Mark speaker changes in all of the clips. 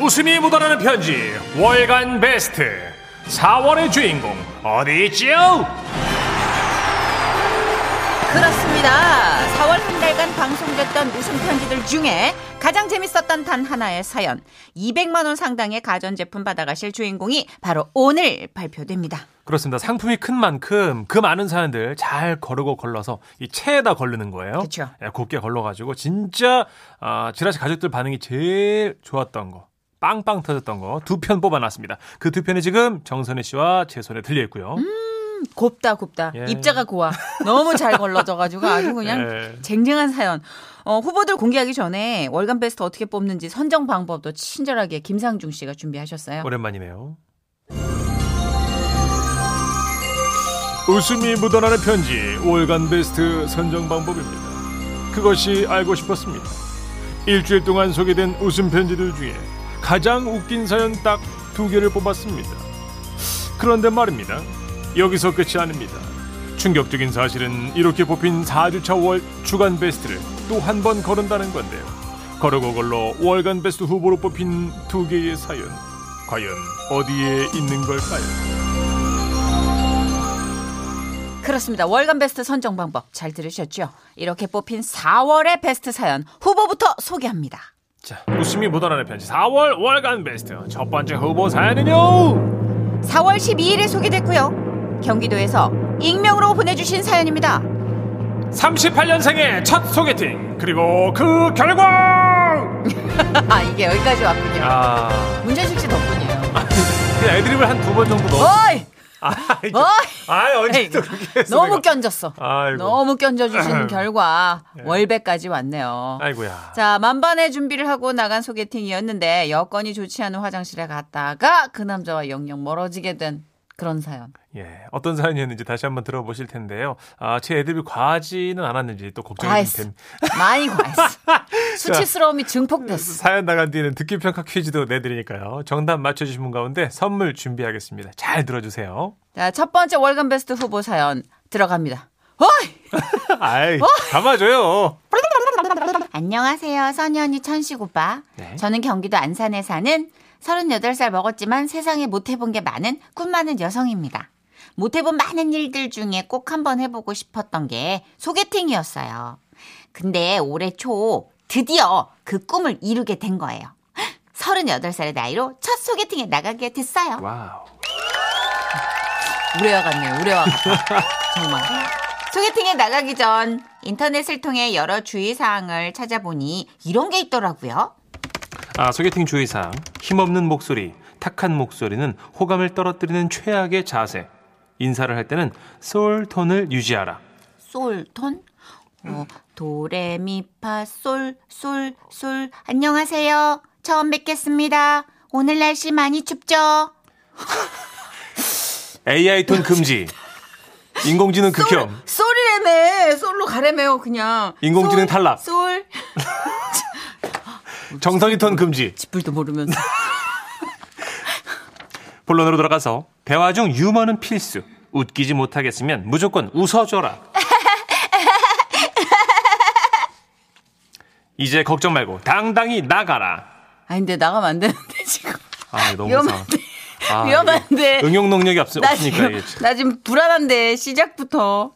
Speaker 1: 웃음이 묻어나는 편지 월간 베스트 4월의 주인공 어디 있지요?
Speaker 2: 그렇습니다. 4월 한 달간 방송됐던 웃음 편지들 중에 가장 재밌었던 단 하나의 사연. 200만 원 상당의 가전제품 받아가실 주인공이 바로 오늘 발표됩니다.
Speaker 1: 그렇습니다. 상품이 큰 만큼 그 많은 사연들 잘 거르고 걸러서 이 체에다 걸르는 거예요.
Speaker 2: 그쵸.
Speaker 1: 예, 곱게 걸러가지고 진짜 아, 지라시 가족들 반응이 제일 좋았던 거. 빵빵 터졌던 거 두 편 뽑아놨습니다. 그 두 편이 지금 정선혜 씨와 제 손에 들려 있고요.
Speaker 2: 곱다 곱다.
Speaker 1: 예.
Speaker 2: 입자가 고와. 너무 잘 걸러져가지고 아주 그냥
Speaker 1: 예.
Speaker 2: 쟁쟁한 사연. 어, 후보들 공개하기 전에 월간 베스트 어떻게 뽑는지 선정 방법도 친절하게 김상중 씨가 준비하셨어요.
Speaker 1: 오랜만이네요. 웃음이 묻어나는 편지 월간 베스트 선정 방법입니다. 그것이 알고 싶었습니다. 일주일 동안 소개된 웃음 편지들 중에 가장 웃긴 사연 딱 두 개를 뽑았습니다. 그런데 말입니다. 여기서 끝이 아닙니다. 충격적인 사실은 이렇게 뽑힌 4주차 월 주간 베스트를 또 한 번 거른다는 건데요. 거르고 걸러 월간 베스트 후보로 뽑힌 두 개의 사연. 과연 어디에 있는 걸까요?
Speaker 2: 그렇습니다. 월간 베스트 선정 방법 잘 들으셨죠? 이렇게 뽑힌 4월의 베스트 사연 후보부터 소개합니다.
Speaker 1: 자, 웃음이 묻어나는 편지 4월 월간 베스트 첫 번째 후보 사연은요.
Speaker 2: 4월 12일에 소개됐고요. 경기도에서 익명으로 보내주신 사연입니다.
Speaker 1: 38년생의 첫 소개팅 그리고 그 결과.
Speaker 2: 아 이게 여기까지 왔군요.
Speaker 1: 아,
Speaker 2: 문재식 씨 덕분이에요.
Speaker 1: 그냥 애드립을 한 두 번 정도 넣어.
Speaker 2: 어이,
Speaker 1: 아, 이제-
Speaker 2: 어이.
Speaker 1: 아, 언제
Speaker 2: 에이,
Speaker 1: 또 그렇게 해서
Speaker 2: 너무
Speaker 1: 내가-
Speaker 2: 껴졌어.
Speaker 1: 아이고. 네.
Speaker 2: 너무 껴져주신 결과 월배까지 왔네요.
Speaker 1: 아이고야.
Speaker 2: 자 만반의 준비를 하고 나간 소개팅이었는데 여건이 좋지 않은 화장실에 갔다가 그 남자와 영영 멀어지게 된 그런 사연.
Speaker 1: 예, 어떤 사연이었는지 다시 한번 들어보실 텐데요. 아, 제 애드립이 과하지는 않았는지 또 걱정이
Speaker 2: 과했어.
Speaker 1: 됩니다.
Speaker 2: 많이 과했어. 수치스러움이 증폭됐어.
Speaker 1: 사연 나간 뒤에는 듣기 평가 퀴즈도 내드리니까요. 정답 맞춰주신 분 가운데 선물 준비하겠습니다. 잘 들어주세요.
Speaker 2: 자, 첫 번째 월간 베스트 후보 사연 들어갑니다. 어이!
Speaker 1: 아이, 담아줘요.
Speaker 2: 안녕하세요. 써니 언니 천식 오빠.
Speaker 1: 네.
Speaker 2: 저는 경기도 안산에 사는 38살 먹었지만 세상에 못 해본 게 많은 꿈 많은 여성입니다. 못 해본 많은 일들 중에 꼭 한번 해보고 싶었던 게 소개팅이었어요. 근데 올해 초 드디어 그 꿈을 이루게 된 거예요. 38살의 나이로 첫 소개팅에 나가게 됐어요.
Speaker 1: 와우.
Speaker 2: 우레와 같네요. 우레와 같다. 정말. 소개팅에 나가기 전 인터넷을 통해 여러 주의사항을 찾아보니 이런 게 있더라고요.
Speaker 1: 아, 소개팅 주의사항. 힘없는 목소리, 탁한 목소리는 호감을 떨어뜨리는 최악의 자세. 인사를 할 때는 소울 톤을 유지하라.
Speaker 2: 솔톤, 어,
Speaker 1: 음.
Speaker 2: 도레미파 솔, 솔, 솔. 안녕하세요. 처음 뵙겠습니다. 오늘 날씨 많이 춥죠?
Speaker 1: AI 톤 금지. 인공지능 극혐.
Speaker 2: 솔이래매. 솔로 가래매요, 그냥.
Speaker 1: 인공지능 탈락.
Speaker 2: 솔.
Speaker 1: 정선이 톤 금지.
Speaker 2: 짓불도 모르면서.
Speaker 1: 본론으로 돌아가서 대화 중 유머는 필수. 웃기지 못하겠으면 무조건 웃어줘라. 이제 걱정 말고 당당히 나가라.
Speaker 2: 아, 근데 나가면 안 되는데, 지금.
Speaker 1: 아 너무
Speaker 2: 위험한데.
Speaker 1: 이상하다. 아,
Speaker 2: 위험한데.
Speaker 1: 이게 응용 능력이 없,
Speaker 2: 나
Speaker 1: 없으니까
Speaker 2: 지금,
Speaker 1: 이게 참.
Speaker 2: 나 지금 불안한데 시작부터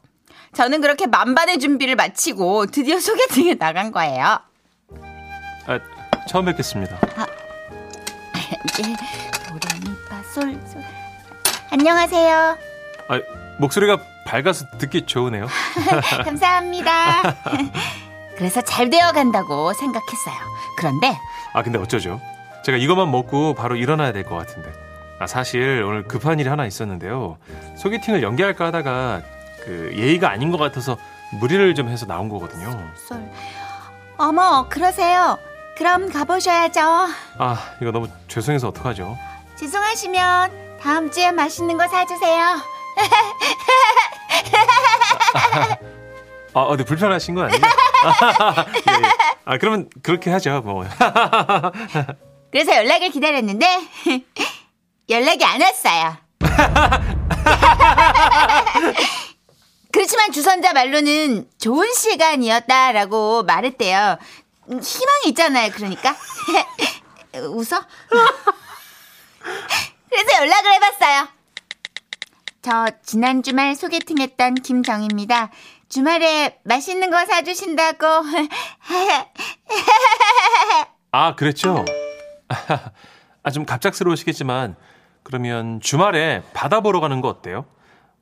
Speaker 2: 저는 그렇게 만반의 준비를 마치고 드디어 소개팅에 나간 거예요.
Speaker 1: 아, 처음 뵙겠습니다.
Speaker 2: 이제 도레미파솔솔 안녕하세요.
Speaker 1: 아, 목소리가 밝아서 듣기 좋으네요.
Speaker 2: 감사합니다. 그래서 잘 되어 간다고 생각했어요. 그런데
Speaker 1: 아 근데 어쩌죠? 제가 이것만 먹고 바로 일어나야 될 것 같은데. 아 사실 오늘 급한 일이 하나 있었는데요. 소개팅을 연기할까 하다가 그 예의가 아닌 것 같아서 무리를 좀 해서 나온 거거든요.
Speaker 2: 솔 어머 그러세요. 그럼 가보셔야죠.
Speaker 1: 아 이거 너무 죄송해서 어떡하죠?
Speaker 2: 죄송하시면 다음 주에 맛있는 거 사주세요.
Speaker 1: 아 어디 불편하신 건 아니죠? 예, 예. 아 그러면 그렇게 하죠 뭐.
Speaker 2: 그래서 연락을 기다렸는데 연락이 안 왔어요. 그렇지만 주선자 말로는 좋은 시간이었다라고 말했대요. 음, 희망이 있잖아요, 그러니까. 웃어? 그래서 연락을 해봤어요. 저 지난 주말 소개팅했던 김정입니다. 주말에 맛있는 거 사주신다고.
Speaker 1: 아, 그랬죠? 아, 좀 갑작스러우시겠지만, 그러면 주말에 바다 보러 가는 거 어때요?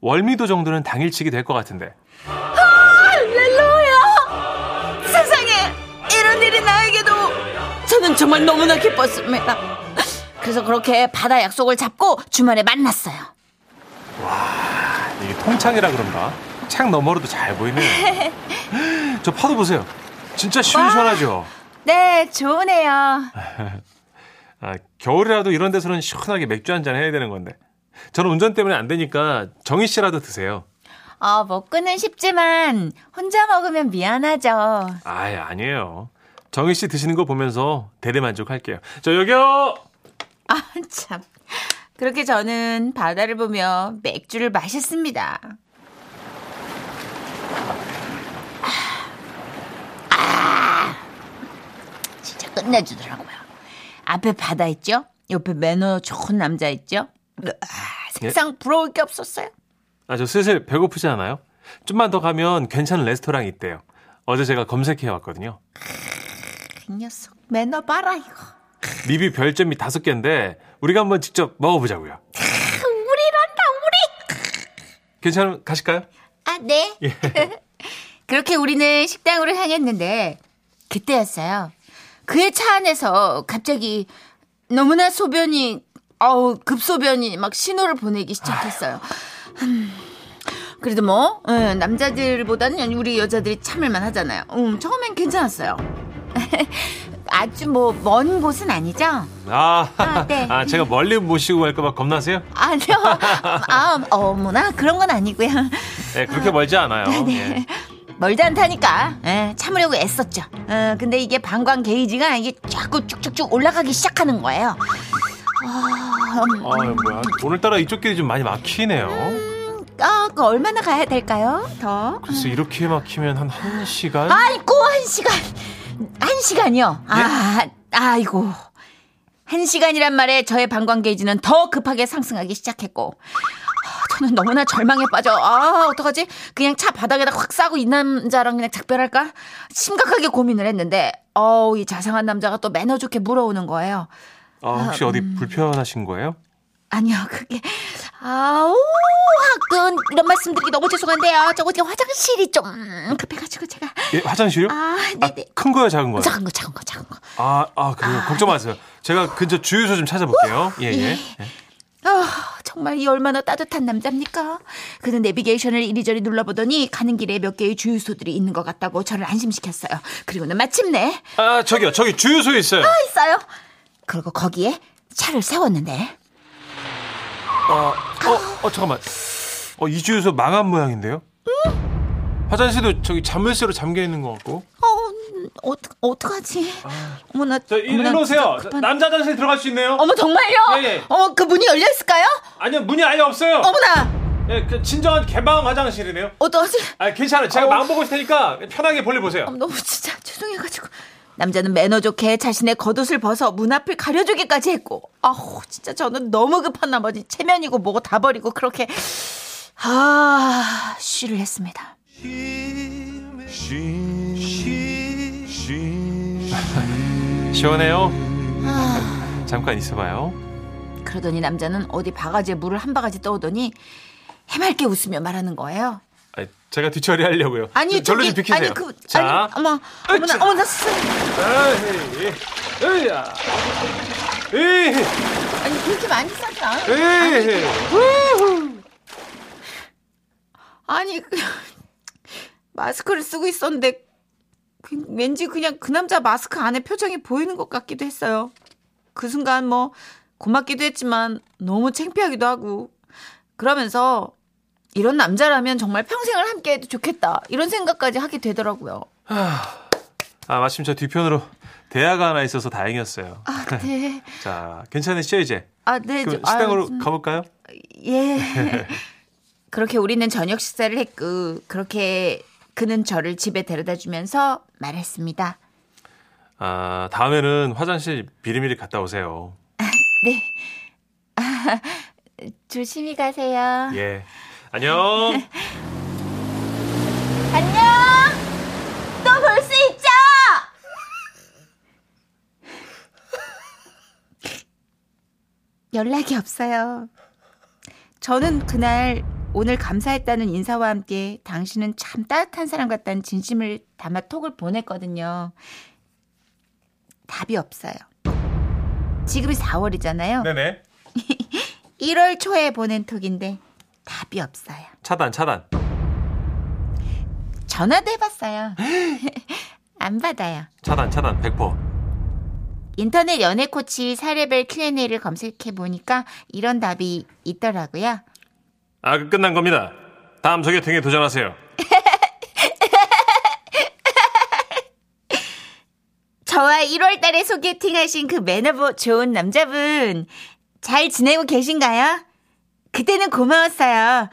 Speaker 1: 월미도 정도는 당일치기 될 것 같은데.
Speaker 2: 할렐루야! 세상에 이런 일이 나에게도 저는 정말 너무나 기뻤습니다. 그래서 그렇게 바다 약속을 잡고 주말에 만났어요.
Speaker 1: 이게 통창이라 그런가? 창 너머로도 잘 보이네. 저 파도 보세요. 진짜 시원시원하죠?
Speaker 2: 네, 좋으네요.
Speaker 1: 아, 겨울이라도 이런 데서는 시원하게 맥주 한 잔 해야 되는 건데. 저는 운전 때문에 안 되니까 정희 씨라도 드세요.
Speaker 2: 어, 먹고는 싶지만 혼자 먹으면 미안하죠.
Speaker 1: 아이, 아니에요. 정희 씨 드시는 거 보면서 대대 만족할게요. 저 여기요!
Speaker 2: 아, 참. 그렇게 저는 바다를 보며 맥주를 마셨습니다. 아. 아. 진짜 끝내주더라고요. 앞에 바다 있죠? 옆에 매너 좋은 남자 있죠? 아, 세상 부러울 게 없었어요.
Speaker 1: 아, 저 슬슬 배고프지 않아요? 좀만 더 가면 괜찮은 레스토랑이 있대요. 어제 제가 검색해 왔거든요.
Speaker 2: 그 녀석 매너 봐라 이거.
Speaker 1: 리뷰 별점이 다섯 개인데 우리가 한번 직접 먹어보자고요.
Speaker 2: 우리란다 우리.
Speaker 1: 괜찮으면 가실까요?
Speaker 2: 아, 네. 그렇게 우리는 식당으로 향했는데 그때였어요. 그의 차 안에서 갑자기 너무나 소변이 어우 급소변이 막 신호를 보내기 시작했어요. 음, 그래도 뭐 예, 남자들보다는 우리 여자들이 참을만 하잖아요. 음, 처음엔 괜찮았어요. 아주 뭐 먼 곳은 아니죠?
Speaker 1: 아,
Speaker 2: 아, 네.
Speaker 1: 아, 제가 멀리 모시고 갈까봐 겁나세요?
Speaker 2: 아니요. 아, 어머나 그런 건 아니고요.
Speaker 1: 네, 그렇게 멀지 않아요. 예.
Speaker 2: 멀지 않다니까 예, 참으려고 애썼죠. 어, 근데 이게 방광 게이지가 이게 자꾸 쭉쭉쭉 올라가기 시작하는 거예요. 아, 음,
Speaker 1: 아유, 뭐야. 오늘따라 이쪽 길이 좀 많이 막히네요.
Speaker 2: 아, 그 얼마나 가야 될까요? 더?
Speaker 1: 글쎄, 이렇게 막히면 한 1시간?
Speaker 2: 아이고 한 시간, 한 시간이요. 아, 아이고. 한 시간이란 말에 저의 방광 게이지는 더 급하게 상승하기 시작했고 아, 저는 너무나 절망에 빠져 아 어떡하지 그냥 차 바닥에다 확 싸고 이 남자랑 그냥 작별할까 심각하게 고민을 했는데 어우 이 자상한 남자가 또 매너 좋게 물어오는 거예요
Speaker 1: 아, 혹시 어디 불편하신 거예요?
Speaker 2: 아니요, 그게 아우 학군 이런 말씀드리기 너무 죄송한데요. 저거 지금 화장실이 좀 급해가지고 제가
Speaker 1: 예, 화장실이요?
Speaker 2: 아
Speaker 1: 아,
Speaker 2: 네네
Speaker 1: 큰 거예요, 작은 거예요?
Speaker 2: 작은 거 작은 거 작은 거.
Speaker 1: 아, 아, 그래요? 걱정 마세요. 제가 근처 주유소 좀 찾아볼게요. 예, 예.
Speaker 2: 아 정말 이 얼마나 따뜻한 남자입니까? 그는 내비게이션을 이리저리 눌러보더니 가는 길에 몇 개의 주유소들이 있는 것 같다고 저를 안심시켰어요. 그리고는 마침내
Speaker 1: 아, 저기요. 저기 주유소에 있어요.
Speaker 2: 있어요. 그리고 거기에 차를 세웠는데
Speaker 1: 어, 어, 어, 잠깐만. 어, 이 주유소 망한 모양인데요? 화장실도 저기 자물쇠로 잠겨 있는 것 같고.
Speaker 2: 어 어떡 어떡하지? 어머나
Speaker 3: 자, 아. 이-
Speaker 2: 어머나,
Speaker 3: 일로 오세요.
Speaker 2: 진짜 급한-
Speaker 3: 남자 화장실 들어갈 수 있네요.
Speaker 2: 어머 정말요?
Speaker 3: 예, 예.
Speaker 2: 어머 그 문이 열려 있을까요?
Speaker 3: 아니요, 문이 아예 없어요.
Speaker 2: 어머나
Speaker 3: 예, 그 진정한 개방 화장실이네요.
Speaker 2: 어떠지?
Speaker 3: 아, 괜찮아요. 제가 마음 보고 있을 테니까 편하게 볼일 보세요.
Speaker 2: 아, 너무 진짜 죄송해가지고 남자는 매너 좋게 자신의 겉옷을 벗어 문 앞을 가려주기까지 했고 아우 진짜 저는 너무 급한 나머지 체면이고 뭐고 다 버리고 그렇게 아 쉬를 했습니다
Speaker 1: 시원해요.
Speaker 2: 아.
Speaker 1: 잠깐 있어봐요.
Speaker 2: 그러더니 남자는 어디 바가지에 물을 한 바가지 떠오더니 해맑게 웃으며 말하는 거예요
Speaker 1: 아, 제가 뒤처리 하려고요.
Speaker 2: 아니
Speaker 1: 절로 좀
Speaker 2: 저기,
Speaker 1: 비키세요.
Speaker 2: 아니 그
Speaker 1: 자,
Speaker 2: 아니 음. 어머 어머나
Speaker 1: 으쌰.
Speaker 2: 어머나 스승
Speaker 3: 에이, 에이야. 에이,
Speaker 2: 아니 그렇게 많이 싸지 않아
Speaker 3: 에이.
Speaker 2: 아니 그- 마스크를 쓰고 있었는데 그- 왠지 그냥 그 남자 마스크 안에 표정이 보이는 것 같기도 했어요. 그 순간 뭐 고맙기도 했지만 너무 창피하기도 하고 그러면서 이런 남자라면 정말 평생을 함께해도 좋겠다 이런 생각까지 하게 되더라고요.
Speaker 1: 아, 마침 저 뒤편으로 대화가 하나 있어서 다행이었어요.
Speaker 2: 아 네,
Speaker 1: 자, 괜찮으시죠, 이제?
Speaker 2: 아 네,
Speaker 1: 그럼
Speaker 2: 저- 아유,
Speaker 1: 식당으로
Speaker 2: 좀-
Speaker 1: 가볼까요?
Speaker 2: 예. 그렇게 우리는 저녁 식사를 했고 그렇게 그는 저를 집에 데려다 주면서 말했습니다.
Speaker 4: 아, 다음에는 화장실 미리미리 갔다 오세요.
Speaker 5: 네. 조심히 가세요.
Speaker 4: 예. 안녕.
Speaker 5: 안녕! 또 볼 수 있죠? 연락이 없어요. 저는 그날 오늘 감사했다는 인사와 함께 당신은 참 따뜻한 사람 같다는 진심을 담아 톡을 보냈거든요. 답이 없어요. 지금이 4월이잖아요.
Speaker 4: 네네.
Speaker 5: 1월 초에 보낸 톡인데 답이 없어요.
Speaker 4: 차단, 차단.
Speaker 5: 전화도 해봤어요. 안 받아요.
Speaker 4: 차단, 차단. 100%.
Speaker 5: 인터넷 연애 코치 사레벨 Q&A를 검색해 보니까 이런 답이 있더라고요.
Speaker 4: 아, 그 끝난 겁니다. 다음 소개팅에 도전하세요.
Speaker 5: 저와 1월 달에 소개팅하신 그 매너보 좋은 남자분 잘 지내고 계신가요? 그때는 고마웠어요.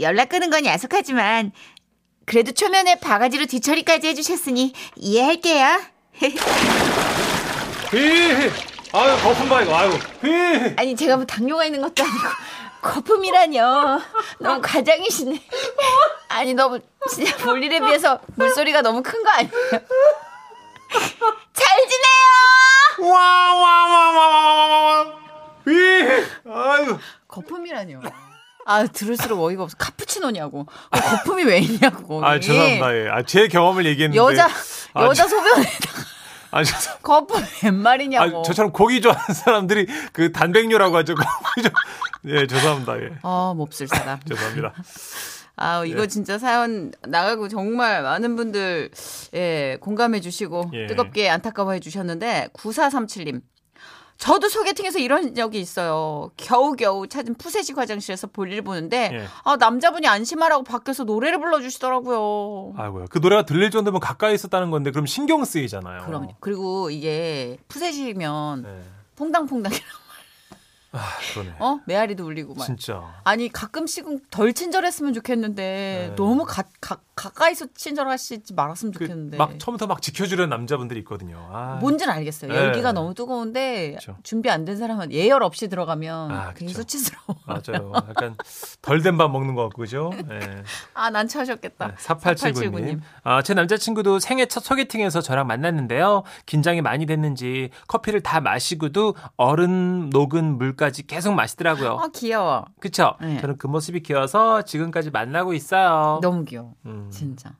Speaker 5: 연락 끄는 건 야속하지만 그래도 초면에 바가지로 뒤처리까지 해주셨으니 이해할게요.
Speaker 4: 히히. 아유, 거품 봐, 이거. 아유. 히히.
Speaker 5: 아니 제가 뭐 당뇨가 있는 것도 아니고 거품이라뇨. 너무 과장이시네. 아니 너무 뭐 진짜 볼일에 비해서 물소리가 너무 큰 거 아니에요? 잘 지내요.
Speaker 4: 와, 와, 와, 와, 와, 와, 와. 히히. 아유.
Speaker 2: 거품이라뇨. 아 들을수록 어이가 없어. 카푸치노냐고. 어, 거품이 왜 있냐고. 거기.
Speaker 1: 아 죄송합니다. 예. 아, 제 경험을 얘기했는데
Speaker 2: 여자
Speaker 1: 아,
Speaker 2: 여자 소변에다
Speaker 1: 아, 죄송-
Speaker 2: 거품 웬 말이냐고.
Speaker 1: 아, 저처럼 고기 좋아하는 사람들이 그 단백뇨라고 하죠. 고기 좋아- 예 죄송합니다. 예
Speaker 2: 어 몹쓸 사람.
Speaker 1: 죄송합니다.
Speaker 2: 아
Speaker 1: 예.
Speaker 2: 이거 진짜 사연 나가고 정말 많은 분들 예 공감해 주시고
Speaker 1: 예.
Speaker 2: 뜨겁게 안타까워해 주셨는데 9437님 저도 소개팅에서 이런 적이 있어요. 겨우겨우 찾은 푸세식 화장실에서 볼일 보는데
Speaker 1: 예.
Speaker 2: 아 남자분이 안심하라고 밖에서 노래를 불러주시더라고요.
Speaker 1: 아이고야 그 노래가 들릴 정도면 가까이 있었다는 건데 그럼 신경 쓰이잖아요.
Speaker 2: 그럼 그리고 이게 푸세식이면
Speaker 1: 네.
Speaker 2: 퐁당퐁당이라고
Speaker 1: 아, 그러네.
Speaker 2: 어 메아리도 울리고 막
Speaker 1: 진짜.
Speaker 2: 아니 가끔씩은 덜 친절했으면 좋겠는데
Speaker 1: 네.
Speaker 2: 너무 가, 가, 가까이서 친절하시지 말았으면 좋겠는데
Speaker 1: 그막 처음부터 막 지켜주려는 남자분들이 있거든요. 아,
Speaker 2: 네. 뭔지는 알겠어요
Speaker 1: 네.
Speaker 2: 열기가 너무 뜨거운데
Speaker 1: 그쵸.
Speaker 2: 준비 안 된 사람은 예열 없이 들어가면
Speaker 1: 아,
Speaker 2: 되게
Speaker 1: 그쵸.
Speaker 2: 수치스러워
Speaker 1: 맞아요. 약간 덜 된 밥 먹는 것 같고 그죠? 예.
Speaker 2: 아 난처하셨겠다
Speaker 1: 네. 4879님. 아, 제 남자친구도 생애 첫 소개팅에서 저랑 만났는데요. 긴장이 많이 됐는지 커피를 다 마시고도 얼음 녹은 물까지 계속 마시더라고요.
Speaker 2: 아 귀여워
Speaker 1: 그쵸?
Speaker 2: 네.
Speaker 1: 저는 그 모습이 귀여워서 지금까지 만나고 있어요.
Speaker 2: 너무 귀여워
Speaker 1: 음.
Speaker 2: 진짜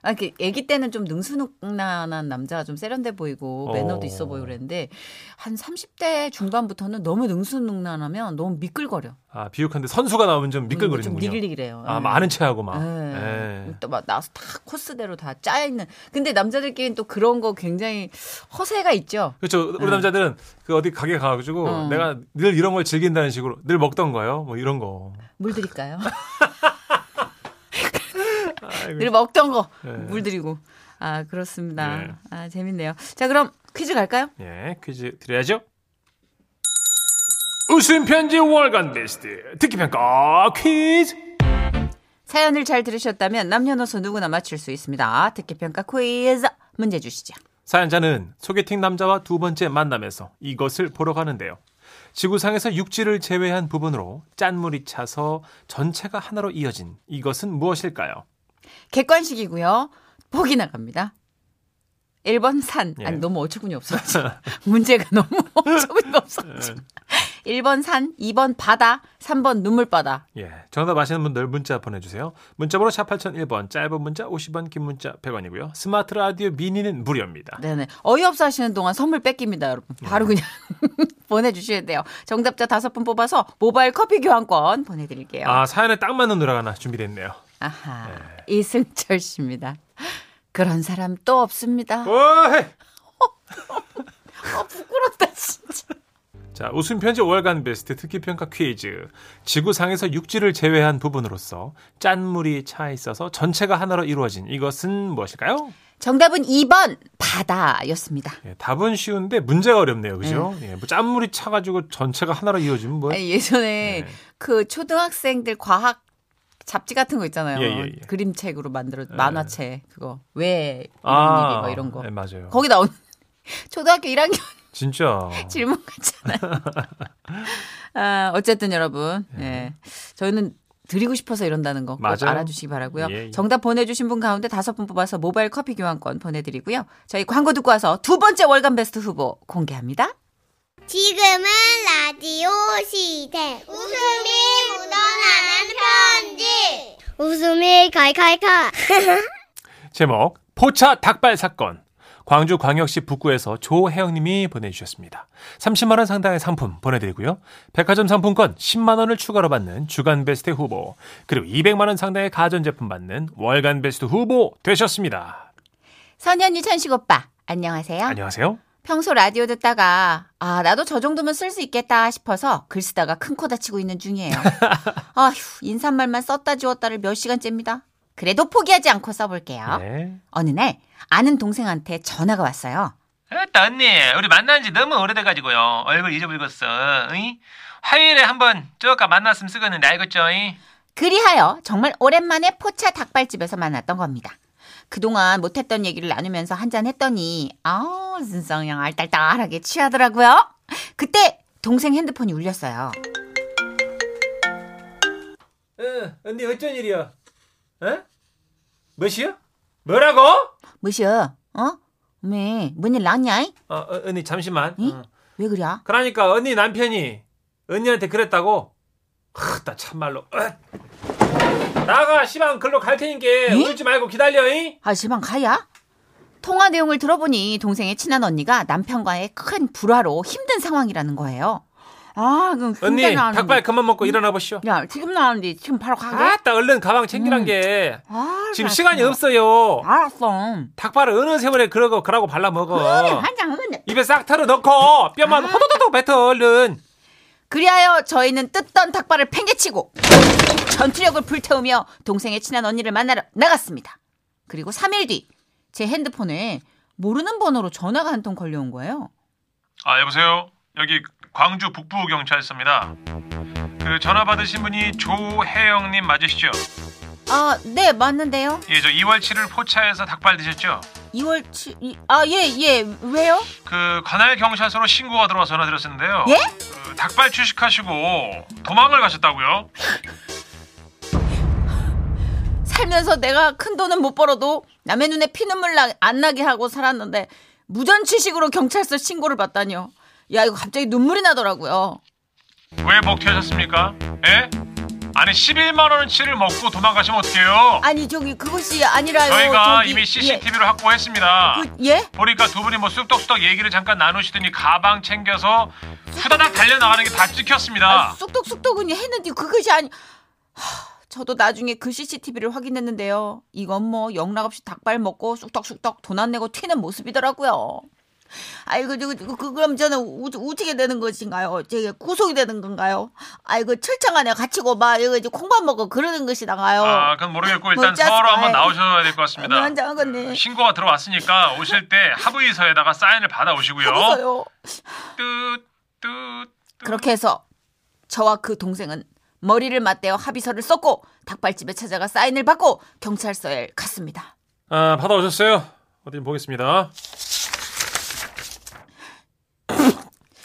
Speaker 2: 아, 그 아기 때는 좀 능수능란한 남자가 좀 세련돼 보이고
Speaker 1: 어.
Speaker 2: 매너도 있어 보이고 그랬는데 한 30대 중반부터는 너무 능수능란하면 너무 미끌거려.
Speaker 1: 아, 비육한데 선수가 나오면 좀
Speaker 2: 음, 좀
Speaker 1: 미끌거리는군요.
Speaker 2: 니글니글해요.
Speaker 1: 아,
Speaker 2: 예.
Speaker 1: 많은 체하고 막.
Speaker 2: 예.
Speaker 1: 예.
Speaker 2: 또 막 나서 다 코스대로 다 짜여 있는. 근데 남자들끼리는 또 그런 거 굉장히 허세가 있죠.
Speaker 1: 그렇죠. 우리 남자들은 그 어디 가게 가가지고
Speaker 2: 예. 어.
Speaker 1: 내가 늘 이런 걸 즐긴다는 식으로 늘 먹던 거예요. 뭐 이런 거.
Speaker 2: 물 드릴까요?
Speaker 1: 아이고.
Speaker 2: 늘 먹던
Speaker 1: 예.
Speaker 2: 거 물 드리고. 아 그렇습니다.
Speaker 1: 예.
Speaker 2: 아 재밌네요. 자 그럼 퀴즈 갈까요?
Speaker 1: 예, 퀴즈 드려야죠. 웃음 편지 월간 베스트 듣기 평가 퀴즈.
Speaker 2: 사연을 잘 들으셨다면 남녀노소 누구나 맞출 수 있습니다. 듣기 평가 퀴즈 문제 주시죠.
Speaker 1: 사연자는 소개팅 남자와 두 번째 만남에서 이것을 보러 가는데요. 지구상에서 육지를 제외한 부분으로 짠물이 차서 전체가 하나로 이어진 이것은 무엇일까요?
Speaker 2: 객관식이고요. 보기 나갑니다. 1번 산.
Speaker 1: 예.
Speaker 2: 아니 너무 어처구니 없어. 문제가 너무 어처구니가 없어. 1번 산, 2번 바다, 3번 눈물바다.
Speaker 1: 예, 정답 아시는 분들 문자 보내주세요. 문자번호 샵 8001번, 짧은 문자 50원, 긴 문자 100원이고요. 스마트 라디오 미니는 무료입니다.
Speaker 2: 네네. 어이없어 하시는 동안 선물 뺏깁니다, 여러분.
Speaker 1: 네.
Speaker 2: 바로 그냥 보내주셔야 돼요. 정답자 다섯 분 뽑아서 모바일 커피 교환권 보내드릴게요.
Speaker 1: 아, 사연에 딱 맞는 노래가 하나 준비됐네요.
Speaker 2: 아하. 이승철 씨입니다. 그런 사람 또 없습니다.
Speaker 1: 어? 오헤이!
Speaker 2: 아, 부끄럽다, 진짜.
Speaker 1: 자, 웃음 편지 월간 베스트 특기 평가 퀴즈. 지구상에서 육지를 제외한 부분으로서 짠물이 차 있어서 전체가 하나로 이루어진 이것은 무엇일까요?
Speaker 2: 정답은 2번 바다였습니다.
Speaker 1: 예, 답은 쉬운데 문제가 어렵네요. 그죠? 예, 뭐 짠물이 차 가지고 전체가 하나로 이어지면 뭐
Speaker 2: 음. 아니, 예전에
Speaker 1: 네.
Speaker 2: 그 초등학생들 과학 잡지 같은 거 있잖아요.
Speaker 1: 예, 예, 예.
Speaker 2: 그림책으로 만들어 만화책 그거 왜 이런
Speaker 1: 아,
Speaker 2: 일이 뭐 이런 거
Speaker 1: 예, 맞아요.
Speaker 2: 거기 나온
Speaker 6: 초등학교 1학년
Speaker 1: 진짜.
Speaker 6: 질문 같잖아요. 아, 어쨌든 여러분, 예. 저희는 드리고 싶어서 이런다는 거 꼭
Speaker 1: 맞아요.
Speaker 6: 알아주시기 바라고요.
Speaker 1: 예, 예.
Speaker 6: 정답 보내주신 분 가운데 다섯 분 뽑아서 모바일 커피 교환권 보내드리고요. 저희 광고 듣고 와서 두 번째 월간 베스트 후보 공개합니다.
Speaker 7: 지금은 라디오 시대. 웃음이 묻어나는 편지. 웃음이 칼칼칼.
Speaker 1: 제목 포차 닭발 사건 광주 광역시 북구에서 조혜영님이 보내주셨습니다. 30만 원 상당의 상품 보내드리고요. 백화점 상품권 10만 원을 추가로 받는 주간 베스트 후보 그리고 200만 원 상당의 가전제품 받는 월간 베스트 후보 되셨습니다.
Speaker 2: 선현이 천식 오빠 안녕하세요.
Speaker 1: 안녕하세요.
Speaker 2: 평소 라디오 듣다가 아 나도 저 정도면 쓸 수 있겠다 싶어서 글 쓰다가 큰 코 다치고 있는 중이에요. 아휴 인사말만 썼다 지웠다를 몇 시간째입니다. 그래도 포기하지 않고 써볼게요.
Speaker 1: 네.
Speaker 2: 어느 날 아는 동생한테 전화가 왔어요.
Speaker 8: 아따 언니 우리 만난 지 너무 오래돼가지고요 얼굴 잊어버렸어 응? 화요일에 한번 쪼까 만났으면 쓰겠는데 알겠죠? 응?
Speaker 2: 그리하여 정말 오랜만에 포차 닭발집에서 만났던 겁니다. 그동안 못했던 얘기를 나누면서 한잔 했더니 아우 진짜 그냥 알딸딸하게 취하더라고요. 그때 동생 핸드폰이 울렸어요.
Speaker 1: 어, 언니 어쩐 일이야? 어? 뭐시요? 뭐라고?
Speaker 2: 뭐시여? 어? 왜? 뭔일 났냐?
Speaker 1: 어, 어, 언니 잠시만.
Speaker 2: 응? 왜 그래? 아,
Speaker 1: 그러니까 언니 남편이 언니한테 그랬다고? 하, 나 참말로. 으. 나가 시방 글로 갈 테니까 울지 말고 기다려. 잉?
Speaker 2: 아, 지방 가야? 통화 내용을 들어보니 동생의 친한 언니가 남편과의 큰 불화로 힘든 상황이라는 거예요. 아, 그럼
Speaker 1: 언니
Speaker 2: 힘들어 하는데.
Speaker 1: 닭발 그만 먹고 일어나 보시오.
Speaker 2: 야, 지금 나왔는데 지금 바로 가게?
Speaker 1: 아따 얼른 가방 챙기란 게
Speaker 2: 아,
Speaker 1: 지금
Speaker 2: 알았어.
Speaker 1: 시간이 없어요.
Speaker 2: 알았어.
Speaker 1: 닭발을 어느 세월에 그러고 그러고 발라 먹어.
Speaker 2: 한장 하면
Speaker 1: 입에 싹 털어 넣고
Speaker 2: 아.
Speaker 1: 뼈만 호도도도 뱉어 얼른.
Speaker 2: 그리하여 저희는 뜯던 닭발을 팽개치고 전투력을 불태우며 동생의 친한 언니를 만나러 나갔습니다. 그리고 3일 뒤 제 핸드폰에 모르는 번호로 전화가 한 통 걸려온 거예요.
Speaker 8: 아 여보세요 여기 광주 북부경찰서입니다 그 전화 받으신 분이 조혜영님 맞으시죠?
Speaker 2: 아, 네, 맞는데요.
Speaker 8: 예 저 2월 7일 포차에서 닭발 드셨죠?
Speaker 2: 2월 7 아, 예, 예. 왜요?
Speaker 8: 그 관할 경찰서로 신고가 들어와 전화 드렸었는데요
Speaker 2: 예?
Speaker 8: 그 닭발 취식하시고 도망을 가셨다고요?
Speaker 2: 살면서 내가 큰 돈은 못 벌어도 남의 눈에 피눈물 나, 안 나게 하고 살았는데 무전취식으로 경찰서 신고를 받다니요. 야, 이거 갑자기 눈물이 나더라고요.
Speaker 8: 왜 먹튀하셨습니까? 예? 아니 11만 원어치를 먹고 도망가시면 어떡해요?
Speaker 2: 아니, 저기 그것이 아니라요. 어,
Speaker 8: 저희가
Speaker 2: 저기,
Speaker 8: 이미 CCTV로 확보했습니다.
Speaker 2: 예. 그, 예?
Speaker 8: 보니까 두 분이 뭐 쑥덕쑥덕 얘기를 잠깐 나누시더니 가방 챙겨서 후다닥 달려 나가는 게 다
Speaker 2: 아,
Speaker 8: 찍혔습니다.
Speaker 2: 쑥덕쑥덕은 했는데 그것이 아니. 하, 저도 나중에 그 CCTV를 확인했는데요. 이건 뭐 영락없이 닭발 먹고 쑥덕쑥덕 돈 안 내고 튀는 모습이더라고요. 아이고, 그, 그, 그, 그럼 저는 우, 우치게 되는 것인가요? 제게 구속이 되는 건가요? 아이고, 그 철창 안에 갇히고 막 이거 이제 콩밥 먹고 그러는 것이다가요.
Speaker 8: 아, 그건 모르겠고 일단
Speaker 2: 뭔지
Speaker 8: 서로
Speaker 2: 어, 아시나요?
Speaker 8: 한번 나오셔야 될 것 같습니다.
Speaker 2: 뭔지 알겠네.
Speaker 8: 어, 신고가 들어왔으니까 오실 때 합의서에다가 사인을 받아 오시고요.
Speaker 2: 그래서요.
Speaker 8: 뚜뚜
Speaker 2: 그렇게 해서 저와 그 동생은 머리를 맞대어 합의서를 썼고 닭발집에 찾아가 사인을 받고 경찰서에 갔습니다.
Speaker 1: 아 받아오셨어요. 어디 좀 보겠습니다.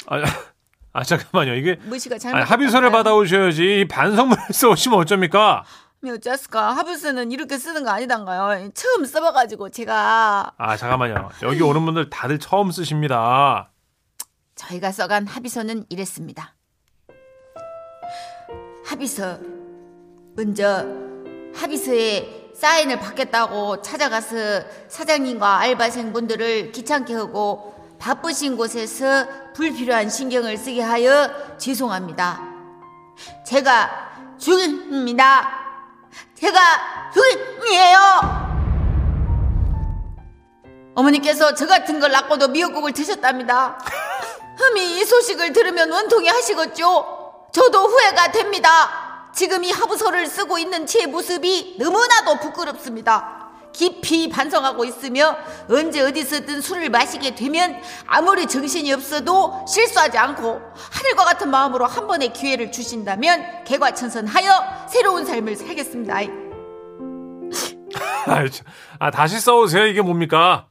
Speaker 1: 아, 아 잠깐만요 이게
Speaker 2: 무시가
Speaker 1: 아니,
Speaker 2: 잘못
Speaker 1: 합의서를 받아오셔야지 이 반성문을 써오시면 어쩝니까?
Speaker 2: 어쩌스까 합의서는 이렇게 쓰는 거 아니단가요 처음 써봐가지고 제가
Speaker 1: 아 잠깐만요 여기 오는 분들 다들 처음 쓰십니다
Speaker 2: 저희가 써간 합의서는 이랬습니다 합의서 먼저 합의서에 사인을 받겠다고 찾아가서 사장님과 알바생분들을 귀찮게 하고 바쁘신 곳에서 불필요한 신경을 쓰게 하여 죄송합니다 제가 죽입니다 제가 주인이에요. 어머니께서 저 같은 걸 낳고도 미역국을 드셨답니다. 흠이 이 소식을 들으면 원통이 하시겠죠. 저도 후회가 됩니다. 지금 이 하부서를 쓰고 있는 제 모습이 너무나도 부끄럽습니다. 깊이 반성하고 있으며 언제 어디서든 술을 마시게 되면 아무리 정신이 없어도 실수하지 않고 하늘과 같은 마음으로 한 번의 기회를 주신다면 개과천선하여 새로운 삶을 살겠습니다.
Speaker 8: 아,
Speaker 1: 아이, 참. 아 다시 써오세요 이게 뭡니까?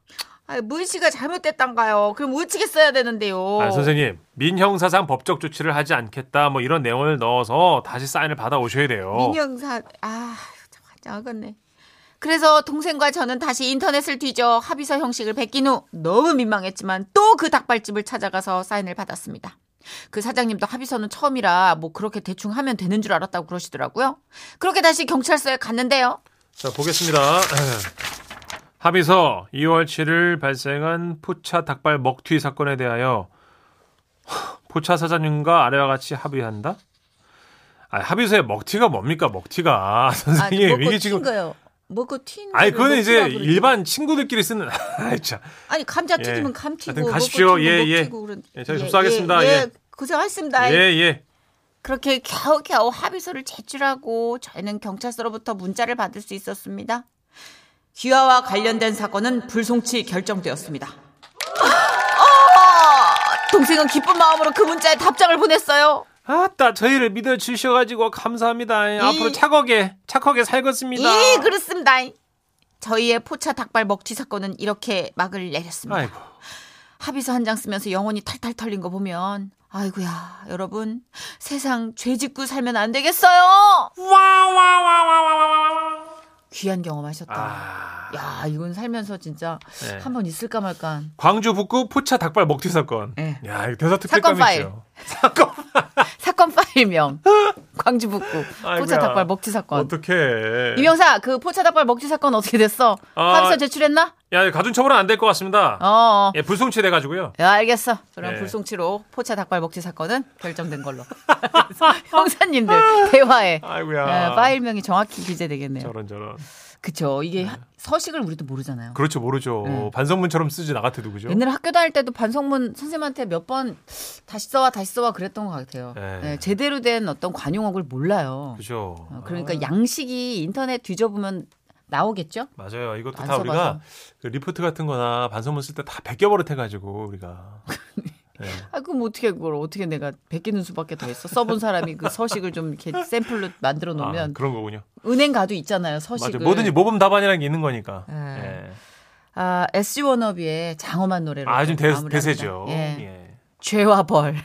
Speaker 2: 아, 문씨가 잘못됐단가요. 그럼 우측에 써야 되는데요.
Speaker 8: 아, 선생님 민형사상 법적 조치를 하지 않겠다 뭐 이런 내용을 넣어서 다시 사인을 받아 오셔야 돼요.
Speaker 2: 민영사 아, 참 작았네. 그래서 동생과 저는 다시 인터넷을 뒤져 합의서 형식을 베낀 후 너무 민망했지만 또 그 닭발집을 찾아가서 사인을 받았습니다. 그 사장님도 합의서는 처음이라 뭐 그렇게 대충 하면 되는 줄 알았다고 그러시더라고요. 그렇게 다시 경찰서에 갔는데요.
Speaker 8: 자 보겠습니다. 합의서 2월 7일 발생한 포차 닭발 먹튀 사건에 대하여 포차 사장님과 아래와 같이 합의한다. 아, 합의서에 먹튀가 뭡니까 먹튀가 선생님
Speaker 2: 아, 먹고 뭐
Speaker 8: 이게
Speaker 2: 그 튄
Speaker 8: 지금
Speaker 2: 거요. 먹고 튄. 거를
Speaker 8: 아니
Speaker 2: 뭐
Speaker 8: 그거는 이제
Speaker 2: 먹튀라 그러지.
Speaker 8: 일반 친구들끼리 쓰는 아이 참.
Speaker 2: 아니 감자 튀김은
Speaker 8: 예.
Speaker 2: 감 튀고
Speaker 8: 하여튼
Speaker 2: 먹고
Speaker 8: 가십시오.
Speaker 2: 튀고
Speaker 8: 예,
Speaker 2: 먹
Speaker 8: 예.
Speaker 2: 튀고 그런.
Speaker 8: 예, 저희 접수하겠습니다.
Speaker 2: 예,
Speaker 8: 예.
Speaker 2: 고생하셨습니다.
Speaker 8: 예 예.
Speaker 2: 그렇게 겨우겨우 합의서를 제출하고 저희는 경찰서로부터 문자를 받을 수 있었습니다. 귀화와 관련된 사건은 불송치 결정되었습니다. 어! 동생은 기쁜 마음으로 그 문자에 답장을 보냈어요.
Speaker 8: 아따 저희를 믿어 주셔가지고 감사합니다. 예, 앞으로 착하게 착하게 살겠습니다.
Speaker 2: 예, 그렇습니다. 저희의 포차 닭발 먹튀 사건은 이렇게 막을 내렸습니다.
Speaker 8: 아이고
Speaker 2: 합의서 한 장 쓰면서 영혼이 탈탈 털린 거 보면 아이고야 여러분 세상 죄 짓고 살면 안 되겠어요. 귀한 경험하셨다.
Speaker 8: 아.
Speaker 2: 야 이건 살면서 진짜
Speaker 8: 네.
Speaker 2: 한 번 있을까 말까.
Speaker 8: 광주 북구 포차 닭발 먹튀 사건.
Speaker 2: 예.
Speaker 8: 야 이거 대사
Speaker 2: 사건 파일.
Speaker 8: 특별감이죠. 사건
Speaker 2: 사건 파일명 광주 북구
Speaker 8: 아이고야.
Speaker 2: 포차 닭발 먹튀 사건.
Speaker 8: 어떻게?
Speaker 2: 어. 이명사 그 포차 닭발 먹튀 사건 어떻게 됐어?
Speaker 8: 아.
Speaker 2: 합의서 제출했나?
Speaker 8: 야 가중 처벌은 안 될 것 같습니다.
Speaker 2: 어. 어.
Speaker 8: 예 불송치 돼가지고요.
Speaker 2: 야, 알겠어. 저랑
Speaker 8: 예.
Speaker 2: 불송치로 포차 닭발 먹튀 사건은 결정된 걸로. 형사님들 대화에
Speaker 8: 아이고야.
Speaker 2: 아, 파일명이 정확히 기재되겠네요.
Speaker 8: 저런 네. 저런.
Speaker 2: 그쵸. 이게 하- 서식을 우리도 모르잖아요.
Speaker 8: 그렇죠 모르죠.
Speaker 2: 네.
Speaker 8: 반성문처럼 쓰지 나같아도 그죠?
Speaker 2: 옛날에 학교 다닐 때도 반성문 선생님한테 몇 번 다시 써와 다시 써와 그랬던 것 같아요.
Speaker 8: 네.
Speaker 2: 네, 제대로 된 어떤 관용어를 몰라요.
Speaker 8: 그죠.
Speaker 2: 어, 그러니까
Speaker 8: 아,
Speaker 2: 양식이 인터넷 뒤져보면 나오겠죠?
Speaker 8: 맞아요. 이것도
Speaker 2: 안
Speaker 8: 다 우리가
Speaker 2: 써봐서.
Speaker 8: 그 리포트 같은거나 반성문 쓸 때 다 베껴버릇해가지고 우리가. 네.
Speaker 2: 아, 그럼 어떻게 그걸 어떻게 내가 베끼는 수밖에 더 있어? 써본 사람이 그 서식을 좀 이렇게 샘플로 만들어
Speaker 8: 아,
Speaker 2: 놓으면
Speaker 8: 그런 거군요.
Speaker 2: 은행 가도 있잖아요.
Speaker 8: 맞아.
Speaker 2: 서식을.
Speaker 8: 뭐든지 모범 답안이라는 게 있는 거니까.
Speaker 2: 예.
Speaker 8: 그 예.
Speaker 2: 아, SG 워너비의 장엄한 노래로
Speaker 8: 아, 요즘 대,
Speaker 2: 마무리합니다.
Speaker 8: 대세죠.
Speaker 2: 예.
Speaker 8: 예.
Speaker 2: 죄와 벌.